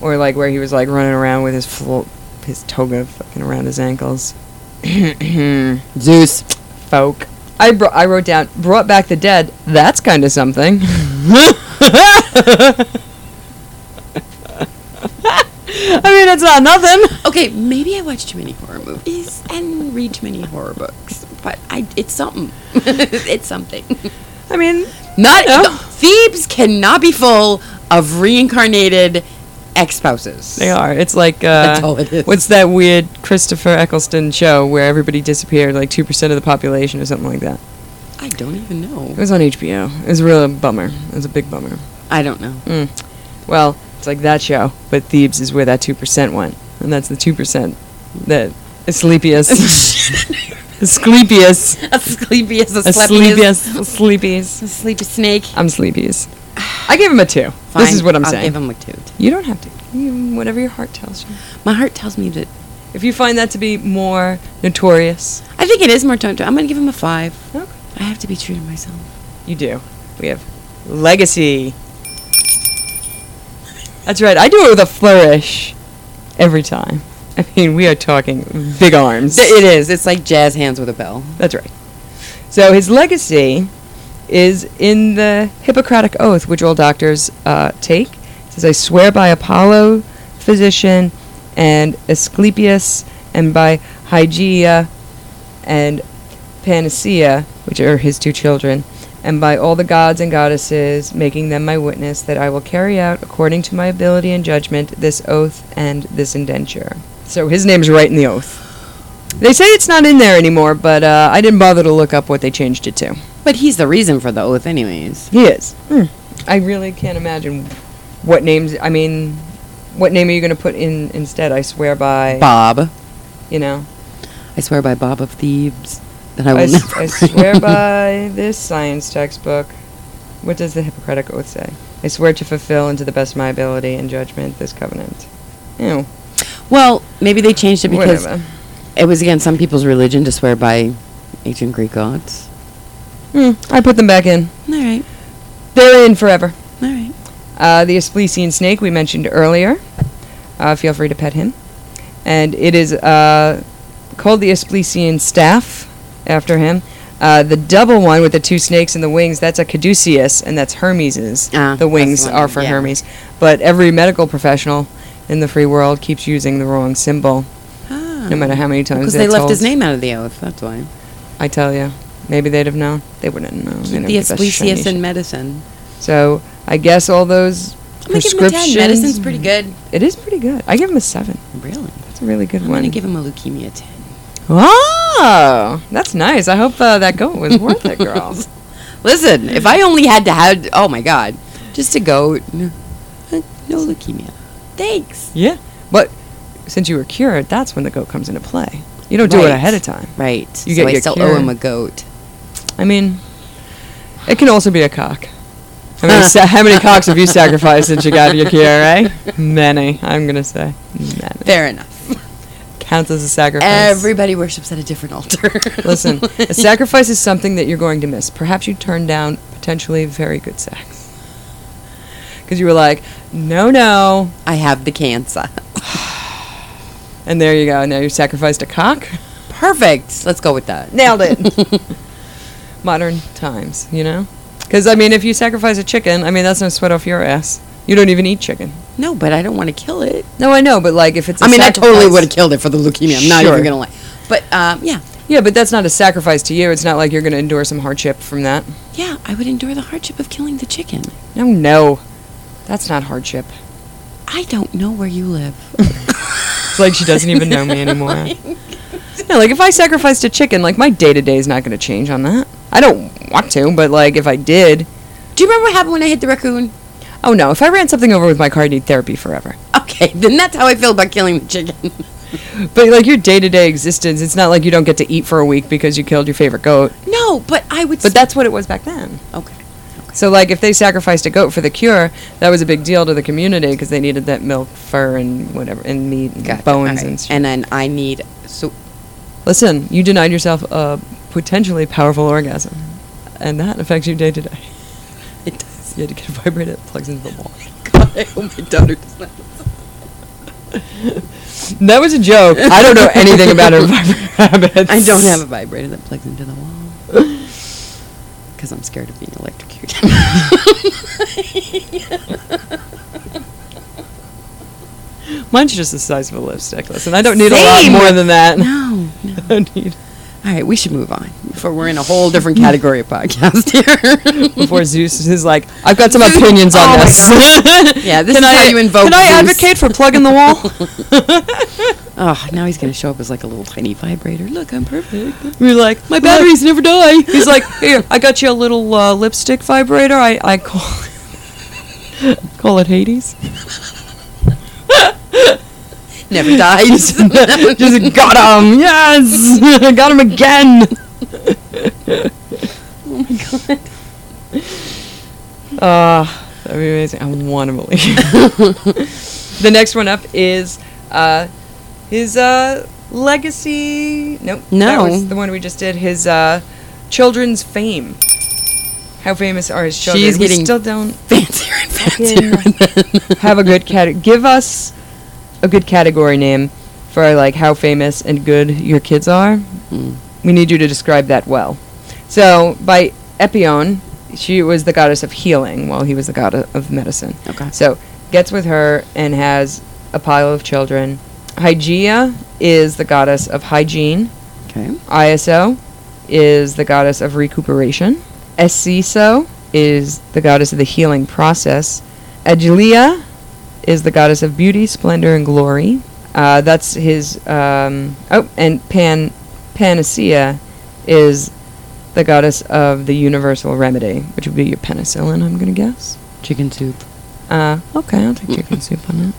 A: or like where he was like running around with his flo- his toga fucking around his ankles.
B: Zeus.
A: folk. I, bro- I wrote down, brought back the dead. That's kind of something. I mean, it's not nothing.
B: Okay, maybe I watch too many horror movies and read too many horror books, but I it's something. it's something.
A: I mean,
B: Not
A: No.
B: Thebes cannot be full of reincarnated ex spouses.
A: they are. It's like,
B: That's
A: uh,
B: all it is.
A: what's that weird Christopher Eccleston show where everybody disappeared, like 2% of the population or something like that?
B: I don't even know.
A: It was on HBO. It was a real bummer. It was a big bummer.
B: I don't know.
A: Mm. Well, it's like that show, but Thebes is where that 2% went. And that's the 2% that Asclepius, Asclepius
B: Asclepius,
A: A
B: Asclepius,
A: sleepiest. Sleepies.
B: a sleepy snake.
A: I'm sleepies. I gave him a two. this is
B: Fine,
A: what I'm
B: I'll
A: saying.
B: give him a two.
A: you don't have to. You, whatever your heart tells you.
B: My heart tells me that.
A: If you find that to be more notorious,
B: I think it is more tonto. I'm gonna give him a five.
A: Okay.
B: I have to be true to myself.
A: you do. We have legacy. That's right. I do it with a flourish. every time. I mean, we are talking big arms.
B: It is. It's like jazz hands with a bell.
A: That's right. So his legacy is in the Hippocratic oath, which all doctors uh, take. It says, "I swear by Apollo, physician, and Asclepius, and by Hygeia and Panacea, which are his two children, and by all the gods and goddesses, making them my witness, that I will carry out, according to my ability and judgment, this oath and this indenture." So his name's right in the oath. They say it's not in there anymore, but uh, I didn't bother to look up what they changed it to.
B: But he's the reason for the oath, anyways.
A: He is. I really can't imagine what names. I mean, what name are you going to put in instead? I swear by.
B: Bob.
A: You know,
B: I swear by Bob of Thebes that I will
A: I, s-
B: never.
A: I
B: bring-
A: swear by this science textbook. What does the Hippocratic Oath say? I swear to fulfill, and to the best of my ability and judgment, this covenant. Ew.
B: Well, maybe they changed it because
A: Whatever.
B: it was against some people's religion to swear by ancient Greek gods.
A: Hmm, I put them back in.
B: All right.
A: They're in forever.
B: All right.
A: Uh, the Asclepian snake we mentioned earlier. Uh, feel free to pet him. And it is uh, called the Asclepian staff after him. Uh, the double one with the two snakes and the wings, that's a caduceus, and that's Hermes's.
B: Ah, that's
A: the wings
B: the one,
A: are for
B: yeah.
A: Hermes. But every medical professional in the free world keeps using the wrong symbol, no matter how many times
B: Because
A: they're
B: they left his
A: told.
B: name out of the oath. That's why.
A: I tell you. Maybe they'd have known. They wouldn't know.
B: Keep the Asclepius in medicine.
A: So I guess all those
B: I'm gonna give him a 10.
A: prescriptions.
B: Medicine's pretty good.
A: It is pretty good. I give him a seven.
B: Really?
A: That's a really good
B: I'm
A: one.
B: gonna give him a leukemia 10.
A: oh, that's nice. I hope uh, that goat was worth it, girls.
B: Listen, if I only had to had oh my god, just a goat. No, no leukemia. Thanks.
A: Yeah, but since you were cured, that's when the goat comes into play. You don't do it
B: Right.
A: ahead of time.
B: Right.
A: You
B: so
A: get
B: I
A: your
B: still
A: cure.
B: owe him a goat.
A: I mean, it can also be a cock. I mean, sa- how many cocks have you sacrificed since you got your cure? Eh? Many. I'm gonna say many.
B: Fair enough.
A: Counts as a sacrifice.
B: Everybody worships at a different altar.
A: Listen, a sacrifice is something that you're going to miss. Perhaps you turn down potentially very good sex. Because you were like, no, no.
B: I have the cancer.
A: And there you go. Now you sacrificed a cock.
B: Perfect. Let's go with that.
A: Nailed it. Modern times, you know? Because, I mean, if you sacrifice a chicken, I mean, that's no sweat off your ass. You don't even eat chicken.
B: No, but I don't want to kill it.
A: No, I know, but like if it's. I
B: I mean, I totally would have killed it for the leukemia. I'm not
A: Sure.
B: even gonna lie. But um, yeah,
A: Yeah, but that's not a sacrifice to you. It's not like you're going to endure some hardship from that.
B: yeah, I would endure the hardship of killing the chicken.
A: No, no. That's not hardship.
B: I don't know where you live.
A: It's like she doesn't even know me anymore. Yeah, like if I sacrificed a chicken, like my day to day is not going to change on that. I don't want to, but like if I did,
B: Do you remember what happened when I hit the raccoon?
A: oh no, if I ran something over with my car, I'd need therapy forever.
B: Okay, then that's how I feel about killing the chicken.
A: But like your day to day existence, it's not like you don't get to eat for a week because you killed your favorite goat.
B: No, but I would.
A: But that's what it was back then.
B: okay.
A: So like if they sacrificed a goat for the cure, that was a big deal to the community because they needed that milk, fur, and whatever, and meat, and
B: Got it.
A: bones,
B: Alright.
A: and stuff.
B: and then I need so
A: Listen, you denied yourself a potentially powerful orgasm, and that affects you day to day.
B: it does.
A: You had to get a vibrator that plugs into the wall.
B: God, I hope oh my daughter does not.
A: That was a joke. I don't know anything about her habits.
B: I don't have a vibrator that plugs into the wall because I'm scared of being electrocuted.
A: Mine's just the size of a lipstick. Listen, I don't need
B: Same.
A: a lot more than that.
B: no, no.
A: I don't need
B: All right, we should move on before we're in a whole different category of podcast here.
A: before Zeus is like, I've got some opinions on
B: Oh my
A: this.
B: yeah, this
A: can
B: is
A: I,
B: how you invoke.
A: Can I
B: Zeus.
A: advocate for plugging the wall?
B: Oh, now he's going to show up as like a little tiny vibrator. Look, I'm perfect.
A: We're like,
C: My batteries never die.
A: He's like, here, I got you a little uh, lipstick vibrator. I, I call call it Hades.
B: Never dies.
A: Just got him. Yes, got him again.
B: oh my god.
A: Uh, that'd be amazing. I want to believe. the next one up is uh, his uh, legacy. Nope.
B: No.
A: That was the one we just did. His uh, children's fame. How famous are his children?
B: She's
A: we
B: getting-
A: still don't
B: Fancier and
A: Fucking-
B: fancier.
A: have a good cat. Give us a good category name for like how famous and good your kids are.
B: Mm.
A: We need you to describe that well. So by Epione, she was the goddess of healing, while he was the god o- of medicine.
B: Okay.
A: So gets with her and has a pile of children. Hygeia is the goddess of hygiene.
B: Okay.
A: ISO is the goddess of recuperation. Esiso is the goddess of the healing process. Agilia is the goddess of beauty, splendor, and glory. Uh, that's his. Um, oh, and Pan Panacea is the goddess of the universal remedy, which would be your penicillin, I'm going to guess.
B: Chicken soup.
A: Uh, okay, I'll take chicken soup on that.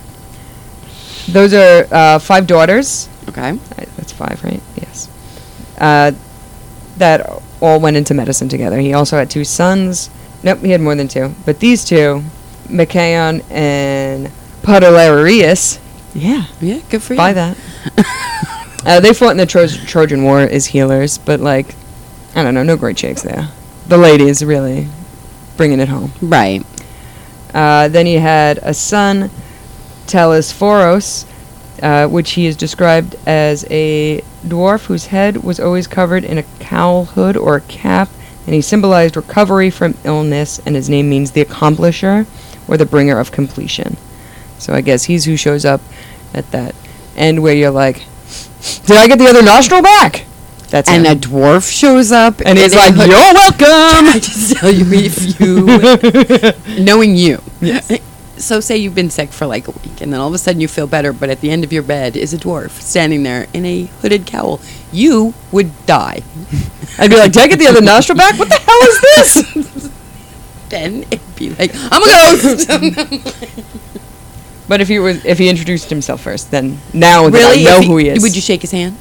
A: Those are uh, five daughters.
B: Okay.
A: I- That's five, right? Yes. Uh, that all went into medicine together. He also had two sons. Nope, he had more than two. But these two, Macaon and Podolarius. Yeah,
B: Yeah, good for
A: buy
B: you.
A: that. uh, they fought in the Tro- Trojan War as healers, but like, I don't know, no great shakes there. The ladies really bringing it home.
B: Right.
A: Uh, then he had a son, Telesphoros, uh, which he is described as a dwarf whose head was always covered in a cowl hood or a cap, and he symbolized recovery from illness, and his name means the accomplisher or the bringer of completion. So I guess he's who shows up at that end where you're like, Did I get the other nostril back? That's
B: And a
A: him.
B: dwarf shows up,
A: and he's
B: in a
A: like,
B: hood-
A: You're welcome!
B: I just tell you if you, knowing you. Yes. So say you've been sick for like a week, and then all of a sudden you feel better, but at the end of your bed is a dwarf standing there in a hooded cowl. You would die.
A: I'd be like, Did I get the other nostril back? What the hell is this?
B: Then it'd be like, I'm a ghost.
A: But if he was, if he introduced himself first, then now
B: really?
A: that I know
B: If
A: who he is,
B: Would you shake his hand?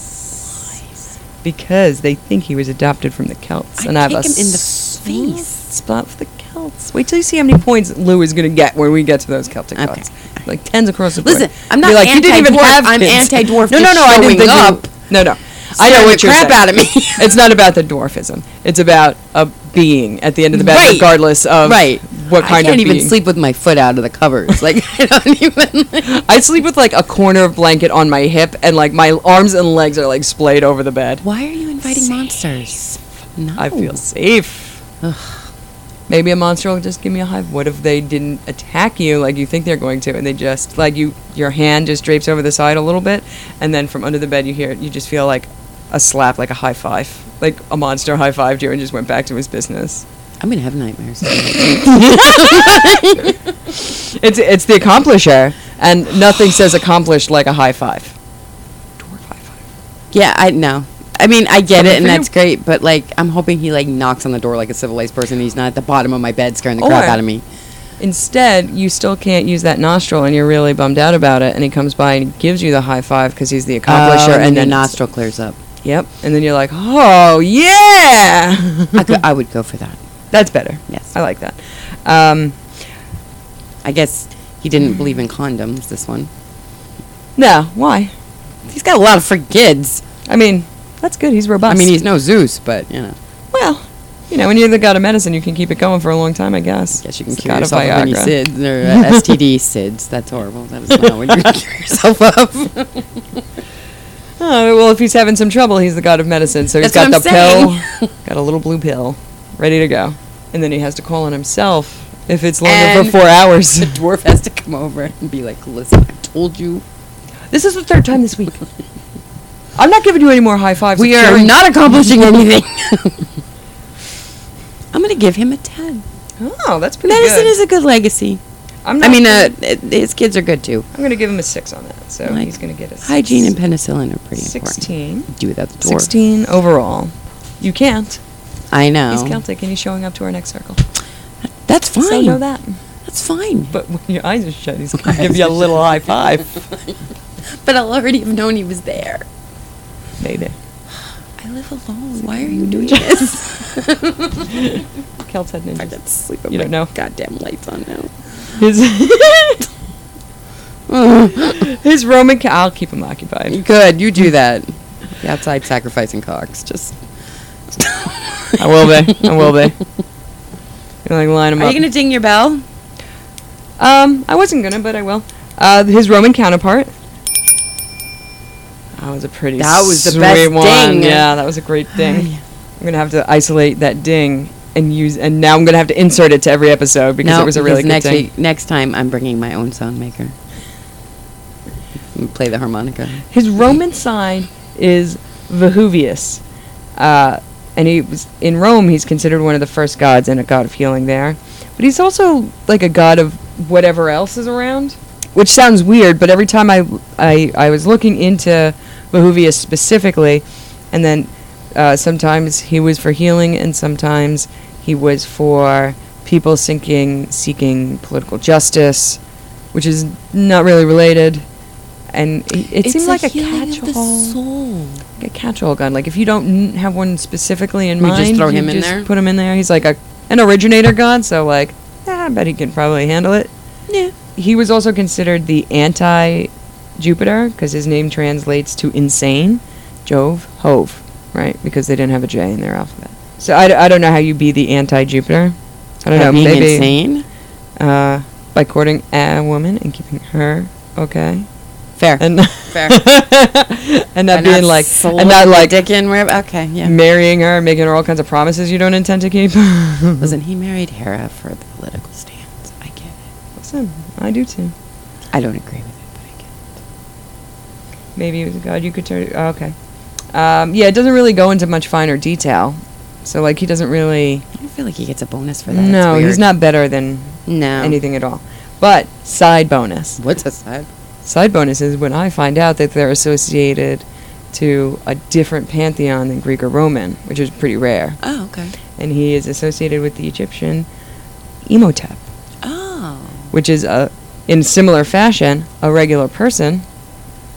A: Yes. Because they think he was adopted from the Celts,
B: I'd
A: and I have
B: kick
A: a
B: him in the
A: soft
B: face.
A: spot for the Celts. Wait till you see how many points Lou is going to get when we get to those Celtic
B: Okay.
A: gods. Like tens across the board.
B: Listen, I'm not
A: You're like, you didn't even
B: anti-dwarf,
A: have
B: I'm
A: kids."
B: anti-dwarf
A: No, no,
B: just
A: no. I didn't
B: showing
A: think you-
B: up.
A: No, no. I know
B: Scaring
A: what
B: the
A: you're
B: crap
A: saying.
B: out of me.
A: it's not about the dwarfism. It's about a being at the end of the bed,
B: Right.
A: regardless of
B: right.
A: what kind
B: I can't
A: of
B: even
A: being.
B: sleep with my foot out of the covers. Like I don't even.
A: I sleep with like a corner of blanket on my hip, and like my arms and legs are like splayed over the bed.
B: Why are you inviting monsters? No.
A: I feel safe. Maybe a monster will just give me a hive. What if they didn't attack you like you think they're going to, and they just like you, your hand just drapes over the side a little bit, and then from under the bed you hear it. You just feel like a slap, like a high five, like a monster high fived you and just went back to his business.
B: I'm gonna have nightmares.
A: It's it's the accomplisher, and nothing says accomplished like a high five. Dwarf high five.
B: yeah, I know. I mean, I get
A: Something
B: it, and
A: for
B: that's
A: you.
B: great. But like, I'm hoping he like knocks on the door like a civilized person. And he's not at the bottom of my bed scaring the crap
A: Or-
B: out of me.
A: Instead, you still can't use that nostril, and you're really bummed out about it. And he comes by and gives you the high five because he's the accomplisher,
B: Oh,
A: then
B: and, then the
A: it's-
B: nostril clears up.
A: Yep. And then you're like, oh, yeah.
B: I, could, I would go for that.
A: That's better.
B: Yes.
A: I like that. Um,
B: I guess he didn't believe in condoms. This one.
A: no, why?
B: He's got a lot of for kids.
A: I mean, that's good. He's robust.
B: I mean, he's no Zeus, but you know,
A: Well, you know, when you're the god of medicine, you can keep it going for a long time, I guess.
B: I guess you can
A: He's the
B: cure
A: god of
B: yourself of any
A: Viagra.
B: SIDS or uh, STD SIDS. That's horrible. That is not what you cure yourself of.
A: Oh, well, if he's having some trouble, he's the god of medicine. So he's
B: That's
A: got
B: what
A: the
B: I'm
A: pill, got a little blue pill, ready to go. And then he has to call on himself if it's longer for
B: And-
A: four hours.
B: The dwarf has to come over and be like, "Listen, I told you
A: this is the third time this week. I'm not giving you any more high fives.
B: we
A: It's
B: are
A: curing-
B: not accomplishing anything." I'm gonna give him a ten.
A: Oh, that's pretty
B: Medicine
A: good.
B: is a good legacy.
A: I'm
B: I
A: not
B: mean,
A: gonna-
B: uh, it- his kids are good too.
A: I'm gonna give him a six on that. So
B: Like,
A: he's gonna get a six.
B: Hygiene and penicillin are pretty important.
A: 16.
B: Do without the dwarf.
A: 16 overall. You can't.
B: I know.
A: He's Celtic and he's showing up to our next circle.
B: That's fine.
A: So know that.
B: That's fine.
A: But when your eyes are shut, he's gonna give you a little high five.
B: But I'll already have known he was there.
A: Maybe.
B: I live alone. Why are you doing this?
A: Celts had
B: I
A: ninjas.
B: got to sleep with
A: You
B: my
A: don't know.
B: goddamn lights on now.
A: His, his Roman. Ca- I'll keep him occupied.
B: Good, you do that. The outside sacrificing cocks. Just
A: I will be. I will be. You're like line him
B: Are
A: up.
B: you gonna ding your bell?
A: um, I wasn't gonna, but I will. Uh, his Roman counterpart. That was a pretty
B: That was the
A: sweet
B: best
A: one.
B: ding.
A: Yeah, that was a great ding.
B: yeah.
A: I'm gonna have to isolate that ding and use, and now I'm gonna have to insert it to every episode because
B: No,
A: it was a really good
B: next
A: ding.
B: Week, next time, I'm bringing my own song maker. And Play the harmonica.
A: His Roman sign is Vehuvius. Uh, and he was in Rome. He's considered one of the first gods and a god of healing there. But he's also like a god of whatever else is around, which sounds weird. But every time I I, I was looking into Vehuvius specifically, and then uh, sometimes he was for healing, and sometimes he was for people seeking seeking political justice, which is not really related. And it, it seemed like a catch-all
B: soul.
A: a catch-all gun. Like if you don't n- have one specifically in
B: We just
A: mind,
B: throw
A: you
B: him in there?
A: Put him in there. He's like a an originator gun, so like ah, I bet he can probably handle it.
B: Yeah.
A: He was also considered the anti-Jupiter because his name translates to insane, Jove, Hove, right? Because they didn't have a J in their alphabet. So I, d- I don't know how you be the anti-Jupiter. I don't know.
B: Being
A: Maybe
B: insane.
A: Uh, by courting a woman and keeping her okay
B: Fair.
A: and
B: Fair.
A: and not being like and not
B: slinging
A: like
B: dick in wherever. Okay. Yeah.
A: marrying her, making her all kinds of promises you don't intend to keep.
B: Listen, he married Hera for the political stance. I get it.
A: Listen, I do too.
B: I don't agree with it, but I get it.
A: Maybe it was a god you could turn. Oh, okay. Um, yeah, it doesn't really go into much finer detail. So, like, he doesn't really.
B: I don't feel like he gets a bonus for that. It's
A: No, he's
B: weird.
A: not better than
B: No.
A: anything at all. But, side bonus.
B: What's a side?
A: Side bonus is when I find out that they're associated to a different pantheon than Greek or Roman, which is pretty rare.
B: Oh, okay.
A: And he is associated with the Egyptian Imhotep.
B: Oh.
A: which is a, in similar fashion, a regular person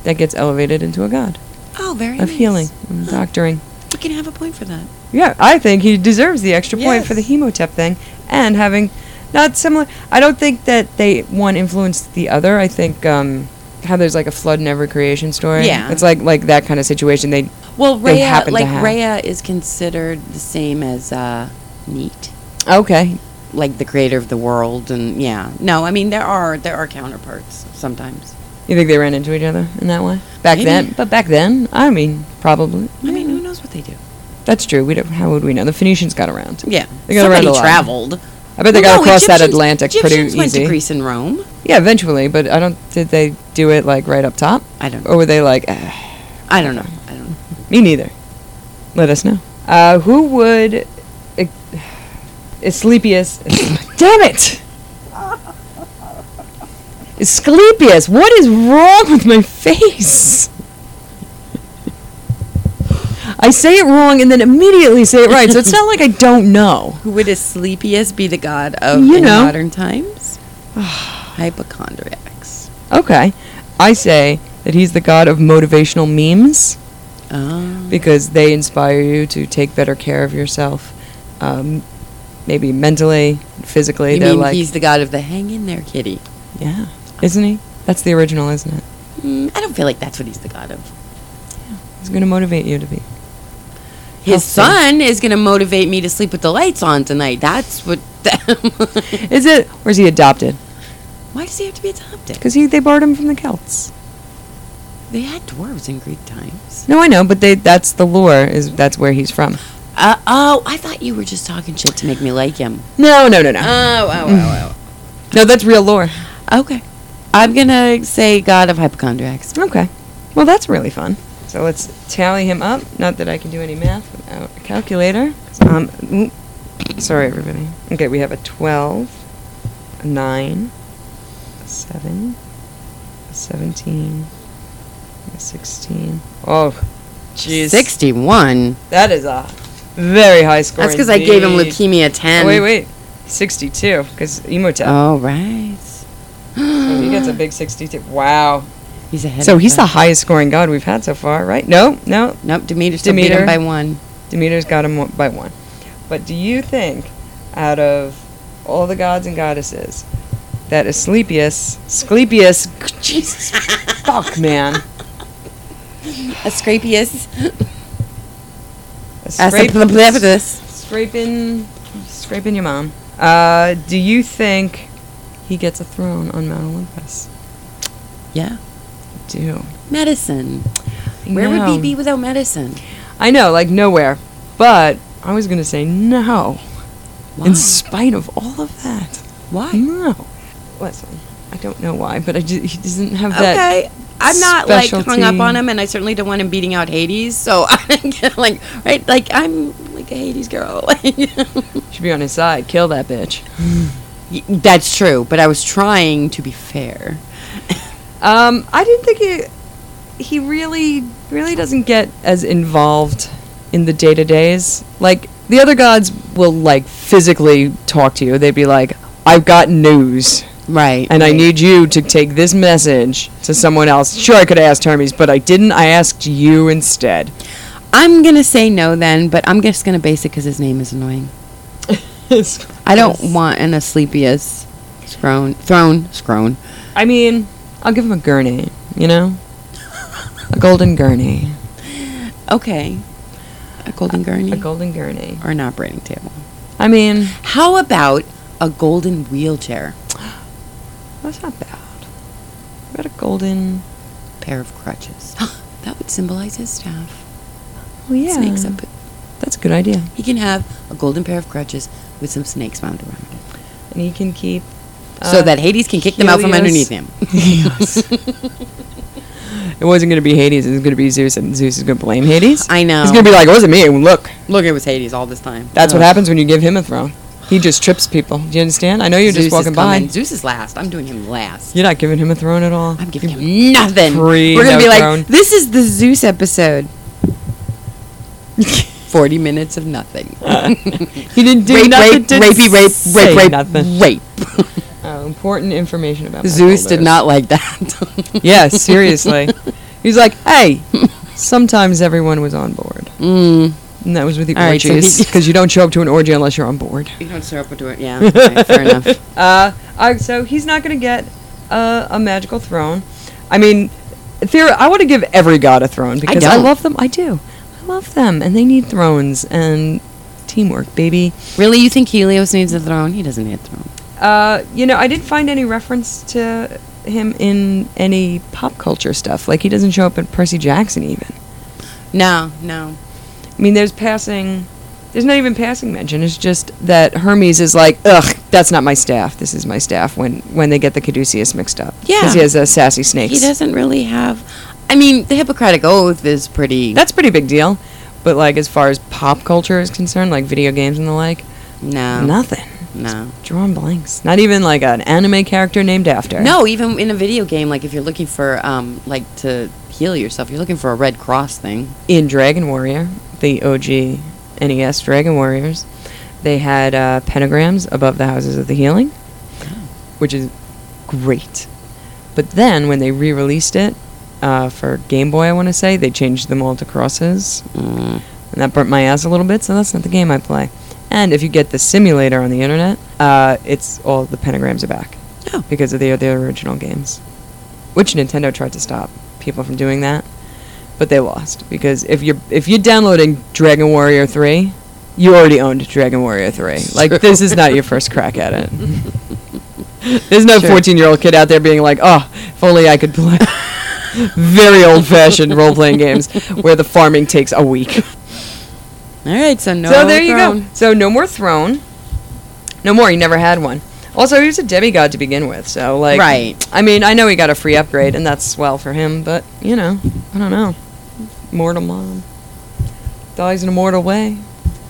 A: that gets elevated into a god
B: Oh, very
A: of
B: nice.
A: healing and
B: Huh.
A: doctoring.
B: You can have a point for that.
A: Yeah, I think he deserves the extra point for the
B: Yes.
A: Hemotep thing and having not similar. I don't think that they one influenced the other. I think um, how there's like a flood in every creation story.
B: Yeah.
A: it's like like that kind of situation. They
B: Well,
A: They
B: Rhea,
A: happen to
B: like
A: have.
B: Rhea, is considered the same as uh, Neat,
A: okay,
B: like the creator of the world, and yeah. No, I mean there are there are counterparts sometimes.
A: you think they ran into each other in that way back
B: Maybe.
A: then? But back then, I mean, probably.
B: I mean, who knows what they do?
A: that's true. We don't. How would we know? The Phoenicians got around.
B: Yeah,
A: They got around
B: somebody
A: a lot.
B: traveled.
A: I bet they got
B: Well, no,
A: across that
B: Egyptians-
A: Atlantic
B: Egyptians
A: pretty
B: went
A: easy.
B: to Greece and Rome.
A: Yeah, eventually, but I don't. Did they do it like right up top,
B: I don't.
A: or were they like, "Ah,
B: I don't know. I don't know.
A: me neither? Let us know. Uh, who would? Uh, Asclepius. Damn it! Asclepius. What is wrong with my face? I say it wrong and then immediately say it right, so it's not like I don't know.
B: Who would Asclepius be the god of
A: You
B: in
A: know.
B: modern times? Hypochondriacs.
A: Okay, I say that he's the god of motivational memes.
B: Oh.
A: because they inspire you to take better care of yourself, um, maybe mentally, physically.
B: you
A: they're
B: mean
A: like,
B: he's the god of the hang in there, kitty?
A: yeah, isn't he? That's the original, isn't it?
B: Mm, I don't feel like that's what he's the god of.
A: He's going to motivate you to be.
B: His
A: Healthy.
B: son is going to motivate me to sleep with the lights on tonight. That's what.
A: Is it, or is he adopted?
B: Why does he have to be adopted?
A: Because he they borrowed him from the Celts.
B: They had dwarves in Greek times.
A: No, I know, but they that's the lore. Is that's where he's from?
B: Uh, oh, I thought you were just talking shit to make me like him.
A: No, no, Mm. no, no.
B: Oh, oh,
A: no, that's real lore.
B: oh. Okay. I'm going to say god of hypochondriacs.
A: Okay. Well, that's really fun. So let's tally him up. Not that I can do any math without a calculator. 'Cause, Um, oop. sorry, everybody. Okay, we have a 12, a 9, a 7, a 17, a 16. Oh, jeez.
B: 61.
A: That is a very high score.
B: That's because I gave him
A: indeed.
B: leukemia 10.
A: Oh, wait, wait. 62, because Emotep.
B: Oh, right.
A: So Oh, he gets a big 62. Wow.
B: He's ahead
A: So
B: of
A: he's the
B: us.
A: highest scoring god we've had so far, right? No, no,
B: Nope, Demeter still beat
A: Demeter.
B: him by one.
A: Demeter's got him by one. But do you think, out of all the gods and goddesses, that Asclepius, Asclepius, Jesus, fuck, man,
B: Asclepius.
A: Asclepius,
B: Asclepius.
A: scraping, scraping your mom. Uh, do you think he gets a throne on Mount Olympus?
B: Yeah.
A: do?
B: Medicine. Where would
A: No.
B: we be without medicine?
A: I know, like nowhere. But I was gonna say no.
B: Why?
A: In spite of all of that.
B: Why?
A: No. Listen, I don't know why, but I ju- he doesn't have that.
B: Okay. I'm not like hung up
A: specialty.
B: on him, and I certainly don't want him beating out Hades. So I'm gonna, like, right, like I'm like a Hades girl.
A: Should be on his side. Kill that bitch.
B: Y- That's true, but I was trying to be fair.
A: Um, I didn't think he he really really doesn't get as involved in the day to days. Like the other gods will like physically talk to you. They'd be like, "I've got news,
B: Right.
A: and I need you to take this message to someone else." Sure, I could have asked Hermes, but I didn't. I asked you instead.
B: I'm gonna say no then, but I'm just gonna base it because his name is annoying. I don't want an Asclepius scrone throne scrone.
A: I mean, I'll give him a gurney. You know, a golden gurney,
B: Okay. A golden gurney
A: a golden gurney.
B: or an operating table.
A: I mean,
B: How about a golden wheelchair?
A: that's not bad. What about a golden?
B: Pair of crutches. that would symbolize his staff.
A: Oh yeah,
B: Snakes up. it.
A: That's a good idea.
B: He can have a golden pair of crutches with some snakes wound around it.
A: And he can keep.
B: so
A: uh,
B: that Hades can kick them out from
A: Helios-
B: underneath him.
A: Helios. it wasn't going to be Hades. It was going to be Zeus, and Zeus is going to blame Hades.
B: I know.
A: He's going to be like, it wasn't me. Look,
B: Look, it was Hades all this time.
A: that's what
B: Ugh.
A: happens when you give him a throne. He just trips people. Do you understand? I know you're
B: Zeus
A: just
B: is
A: walking
B: coming.
A: by.
B: Zeus is last. I'm doing him last.
A: You're not giving him a throne at all.
B: I'm giving
A: You
B: him nothing.
A: free
B: We're gonna
A: no
B: be like,
A: throne.
B: this is the Zeus episode. Forty minutes of nothing.
A: He didn't do
B: rape,
A: nothing.
B: rape,
A: didn't
B: rapey,
A: say
B: rape, rape,
A: nothing.
B: rape, rape.
A: Oh, important information about my
B: Zeus did
A: shoulders.
B: not like that.
A: Yeah, seriously. He's like, hey, sometimes everyone was on board.
B: mm.
A: And that was with the
B: All right, so he-
A: orgies. Because you don't show up to an orgy unless you're on board.
B: You don't show up to it. Yeah, okay, fair enough.
A: Uh, I, so he's not going to get uh, a magical throne. I mean, theor- I want to give every god a throne because I,
B: don't.
A: love them. I do. I love them, and they need thrones and teamwork, baby.
B: Really, you think Helios needs a throne? He doesn't need a throne.
A: Uh, you know, I didn't find any reference to him in any pop culture stuff. Like he doesn't show up in Percy Jackson even.
B: No, no.
A: I mean, there's passing. There's not even passing mention. It's just that Hermes is like, ugh, that's not my staff. This is my staff. When when they get the Caduceus mixed up, because he
B: Yeah.
A: has a sassy snake.
B: He doesn't really have. I mean, the Hippocratic Oath is pretty.
A: That's a pretty big deal. But like as far as pop culture is concerned, like video games and the like,
B: no,
A: nothing.
B: no.
A: Drawing blanks. Not even like an anime character named after.
B: No, even in a video game, like if you're looking for, um, like to heal yourself, you're looking for a Red Cross thing.
A: In Dragon Warrior, the OG NES E Dragon Warriors, they had uh, pentagrams above the houses of the healing, which is great. But then when they re-released it uh, for Game Boy, I want to say they changed them all to crosses.
B: Mm.
A: and that burnt my ass a little bit. So that's not the game I play. And if you get the simulator on the internet, uh, it's all the pentagrams are back
B: Oh.
A: because of the the original games, which Nintendo tried to stop people from doing that, but they lost because if you're if you're downloading Dragon Warrior three, you already owned Dragon Warrior three. like this is not your first crack at
B: Mm.
A: it. There's no
B: Sure.
A: 14 year old kid out there being like, oh, if only I could play very old fashioned role playing games where the farming takes a week
B: All right, so no.
A: so there you go.
B: throne.
A: So no more throne. No more. He never had one. Also, he was a demigod to begin with. So like,
B: Right.
A: I mean, I know he got a free upgrade, and that's swell for him. But you know, I don't know. Mortal mom. Dies in a mortal way.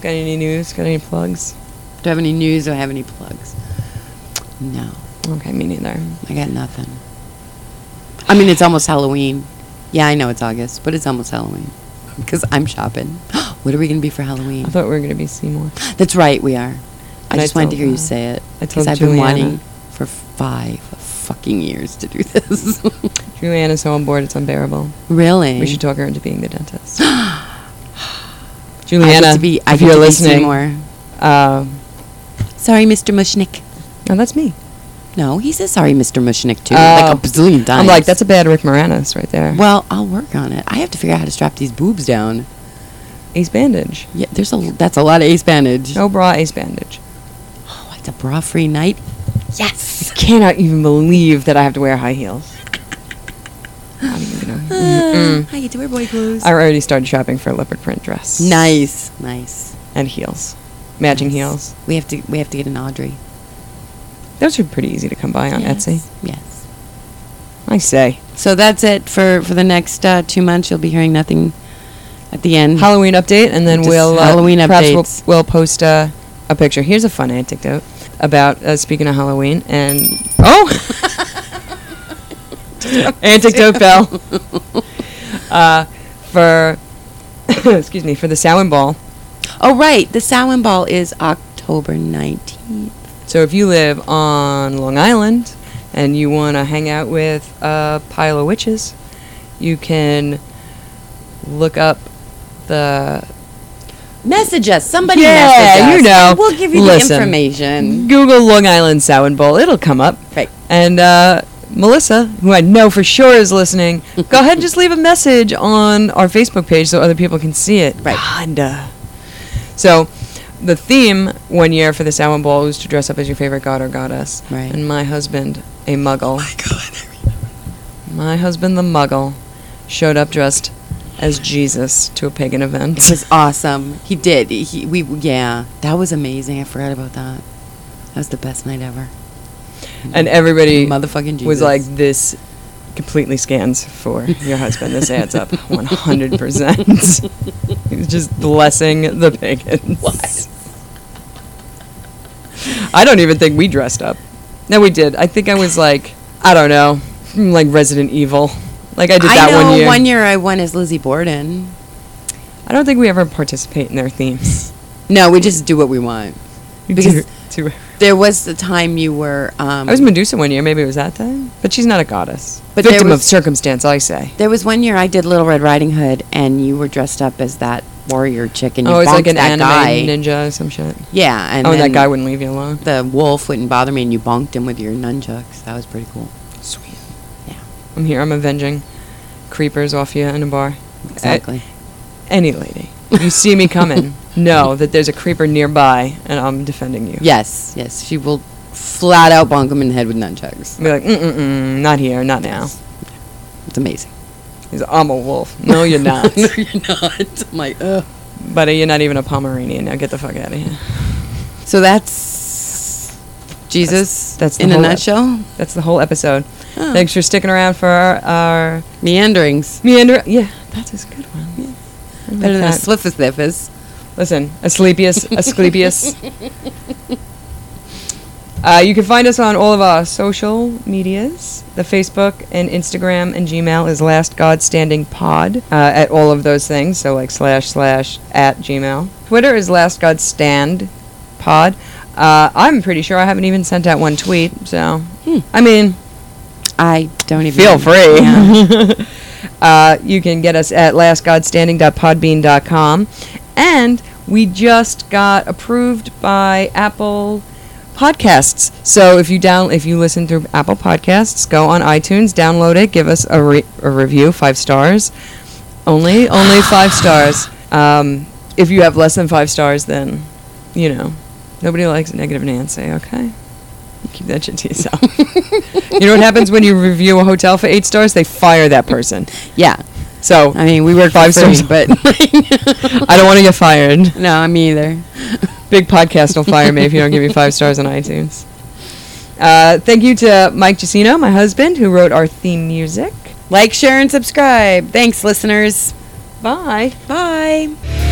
A: Got any news? Got any plugs?
B: Do I have any news? Do I have any plugs? No,
A: Okay, me neither.
B: I got nothing. I mean, it's almost Halloween. Yeah, I know it's August, but it's almost Halloween because I'm shopping. what are we gonna be for Halloween?
A: I thought we were gonna be Seymour.
B: That's right, we are. I
A: And I
B: just wanted to
A: told,
B: hear you
A: uh,
B: say it
A: I
B: because
A: told
B: I've been
A: Juliana.
B: wanting for five fucking years to do this.
A: Juliana's so on board, it's unbearable.
B: really?
A: We should talk her into being the dentist.
B: I
A: Juliana,
B: get to be, I
A: if
B: get
A: you're
B: to be
A: listening,
B: Seymour.
A: uh,
B: Sorry, Mr. Mushnick.
A: no, that's me.
B: No, he says sorry, Mr. Mushnick, too,
A: Oh.
B: like a bazillion times.
A: I'm like, that's a bad Rick Moranis right there.
B: Well, I'll work on it. I have to figure out how to strap these boobs down.
A: Ace bandage.
B: Yeah, there's a that's a lot of ace bandage.
A: No bra, ace bandage.
B: Oh, it's a bra free night.
A: Yes. I cannot even believe that I have to wear high heels. Mm-mm.
B: I get to wear boy clothes.
A: I already started shopping for a leopard print dress.
B: Nice, nice.
A: And heels. Matching
B: Nice.
A: heels.
B: We have to we have to get an Audrey.
A: Those are pretty easy to come by on
B: Yes,
A: Etsy.
B: Yes.
A: I say.
B: So that's it for for the next uh, two months. You'll be hearing nothing at the end.
A: Halloween update, and then
B: Mm. Just
A: we'll uh,
B: Halloween
A: perhaps we'll-
B: updates.
A: We'll, post uh, a picture. Here's a fun anecdote about uh, speaking of Halloween and oh, anecdote bell uh, for excuse me for the Samhain ball.
B: Oh right, the Samhain Ball is October nineteenth.
A: So if you live on Long Island and you want to hang out with a pile of witches, you can look up the
B: Message us. Somebody
A: Yeah,
B: message us.
A: you know.
B: We'll give you
A: Listen.
B: the information.
A: Google Long Island Samhain Bowl. It'll come up.
B: Right.
A: And uh, Melissa, who I know for sure is listening, go ahead and just leave a message on our Facebook page so other people can see it.
B: Right.
A: God, uh. So, the theme one year for the Samhain Bowl was to dress up as your favorite god or goddess.
B: Right. Oh
A: And my husband, a muggle. My husband, the muggle, showed up dressed as Jesus to a pagan event.
B: It was awesome. He did. He, we yeah, that was amazing. I forgot about that. That was the best night ever.
A: and everybody
B: Motherfucking
A: was
B: Jesus.
A: like this completely scans for your husband this adds up 100% he was just blessing the pagans
B: What?
A: i don't even think we dressed up no we did i think i was like i don't know like resident evil like i did that
B: know
A: one year
B: I won as Lizzie Borden.
A: i don't think we ever participate in their themes
B: No, we just do what we want.
A: We
B: Because-
A: do- do-
B: There was the time you were. Um,
A: i was medusa one year maybe it was that time but she's not a goddess
B: But there
A: victim
B: was-
A: of circumstance i say
B: there was one year I did Little Red Riding Hood, and you were dressed up as that warrior chick, and you
A: oh it's like
B: bonked
A: an
B: that
A: anime
B: guy.
A: ninja or some shit
B: Yeah, and
A: oh and
B: then
A: that guy wouldn't leave you alone
B: The wolf wouldn't bother me, and you bonked him with your nunchucks. That was pretty cool.
A: Sweet.
B: Yeah.
A: I'm here. I'm avenging creepers off you in a bar.
B: Exactly.
A: Any lady. You see me coming. know that there's a creeper nearby and I'm defending you.
B: Yes, yes. She will flat out bonk him in the head with nunchucks.
A: I'll be like, mm-mm-mm, not here, not now.
B: It's amazing.
A: He's like, I'm a wolf. No, you're not.
B: no, you're not. I'm like, ugh.
A: Buddy, you're not even a Pomeranian. Now get the fuck out of here.
B: So that's Jesus.
A: That's- that's the
B: in a
A: whole ep-
B: nutshell.
A: That's the whole episode.
B: Huh.
A: Thanks for sticking around for our, our
B: Meanderings.
A: meander. Yeah, that's a good one. I like
B: Better than a
A: that.
B: sliffus thiffus.
A: Listen, Asclepius, Asclepius. uh, you can find us on all of our social medias. The Facebook and Instagram and Gmail is Last God Standing Pod uh, at all of those things. So like slash slash at Gmail. Twitter is Last God Stand Pod. Uh, I'm pretty sure I haven't even sent out one tweet. So
B: Hmm.
A: I mean,
B: I don't even.
A: feel free.
B: Yeah.
A: uh, you can get us at lastgodstanding.podbean.com. And we just got approved by Apple Podcasts. So if you down if you listen through Apple Podcasts, go on iTunes, download it, give us a, re- a review, five stars. Only only five stars. Um, if you have less than five stars, then you know nobody likes negative Nancy. Okay, keep that shit to yourself. you know what happens when you review a hotel for eight stars? They fire that person.
B: yeah.
A: So
B: I mean, we work
A: Five
B: five free,
A: stars.
B: but
A: I don't want to get fired.
B: no, I'm either.
A: Big podcast will fire me if you don't give me five stars on iTunes. Uh, thank you to Mike Giacino, my husband, who wrote our theme music.
B: Like, share, and subscribe. Thanks, listeners.
A: Bye.
B: Bye.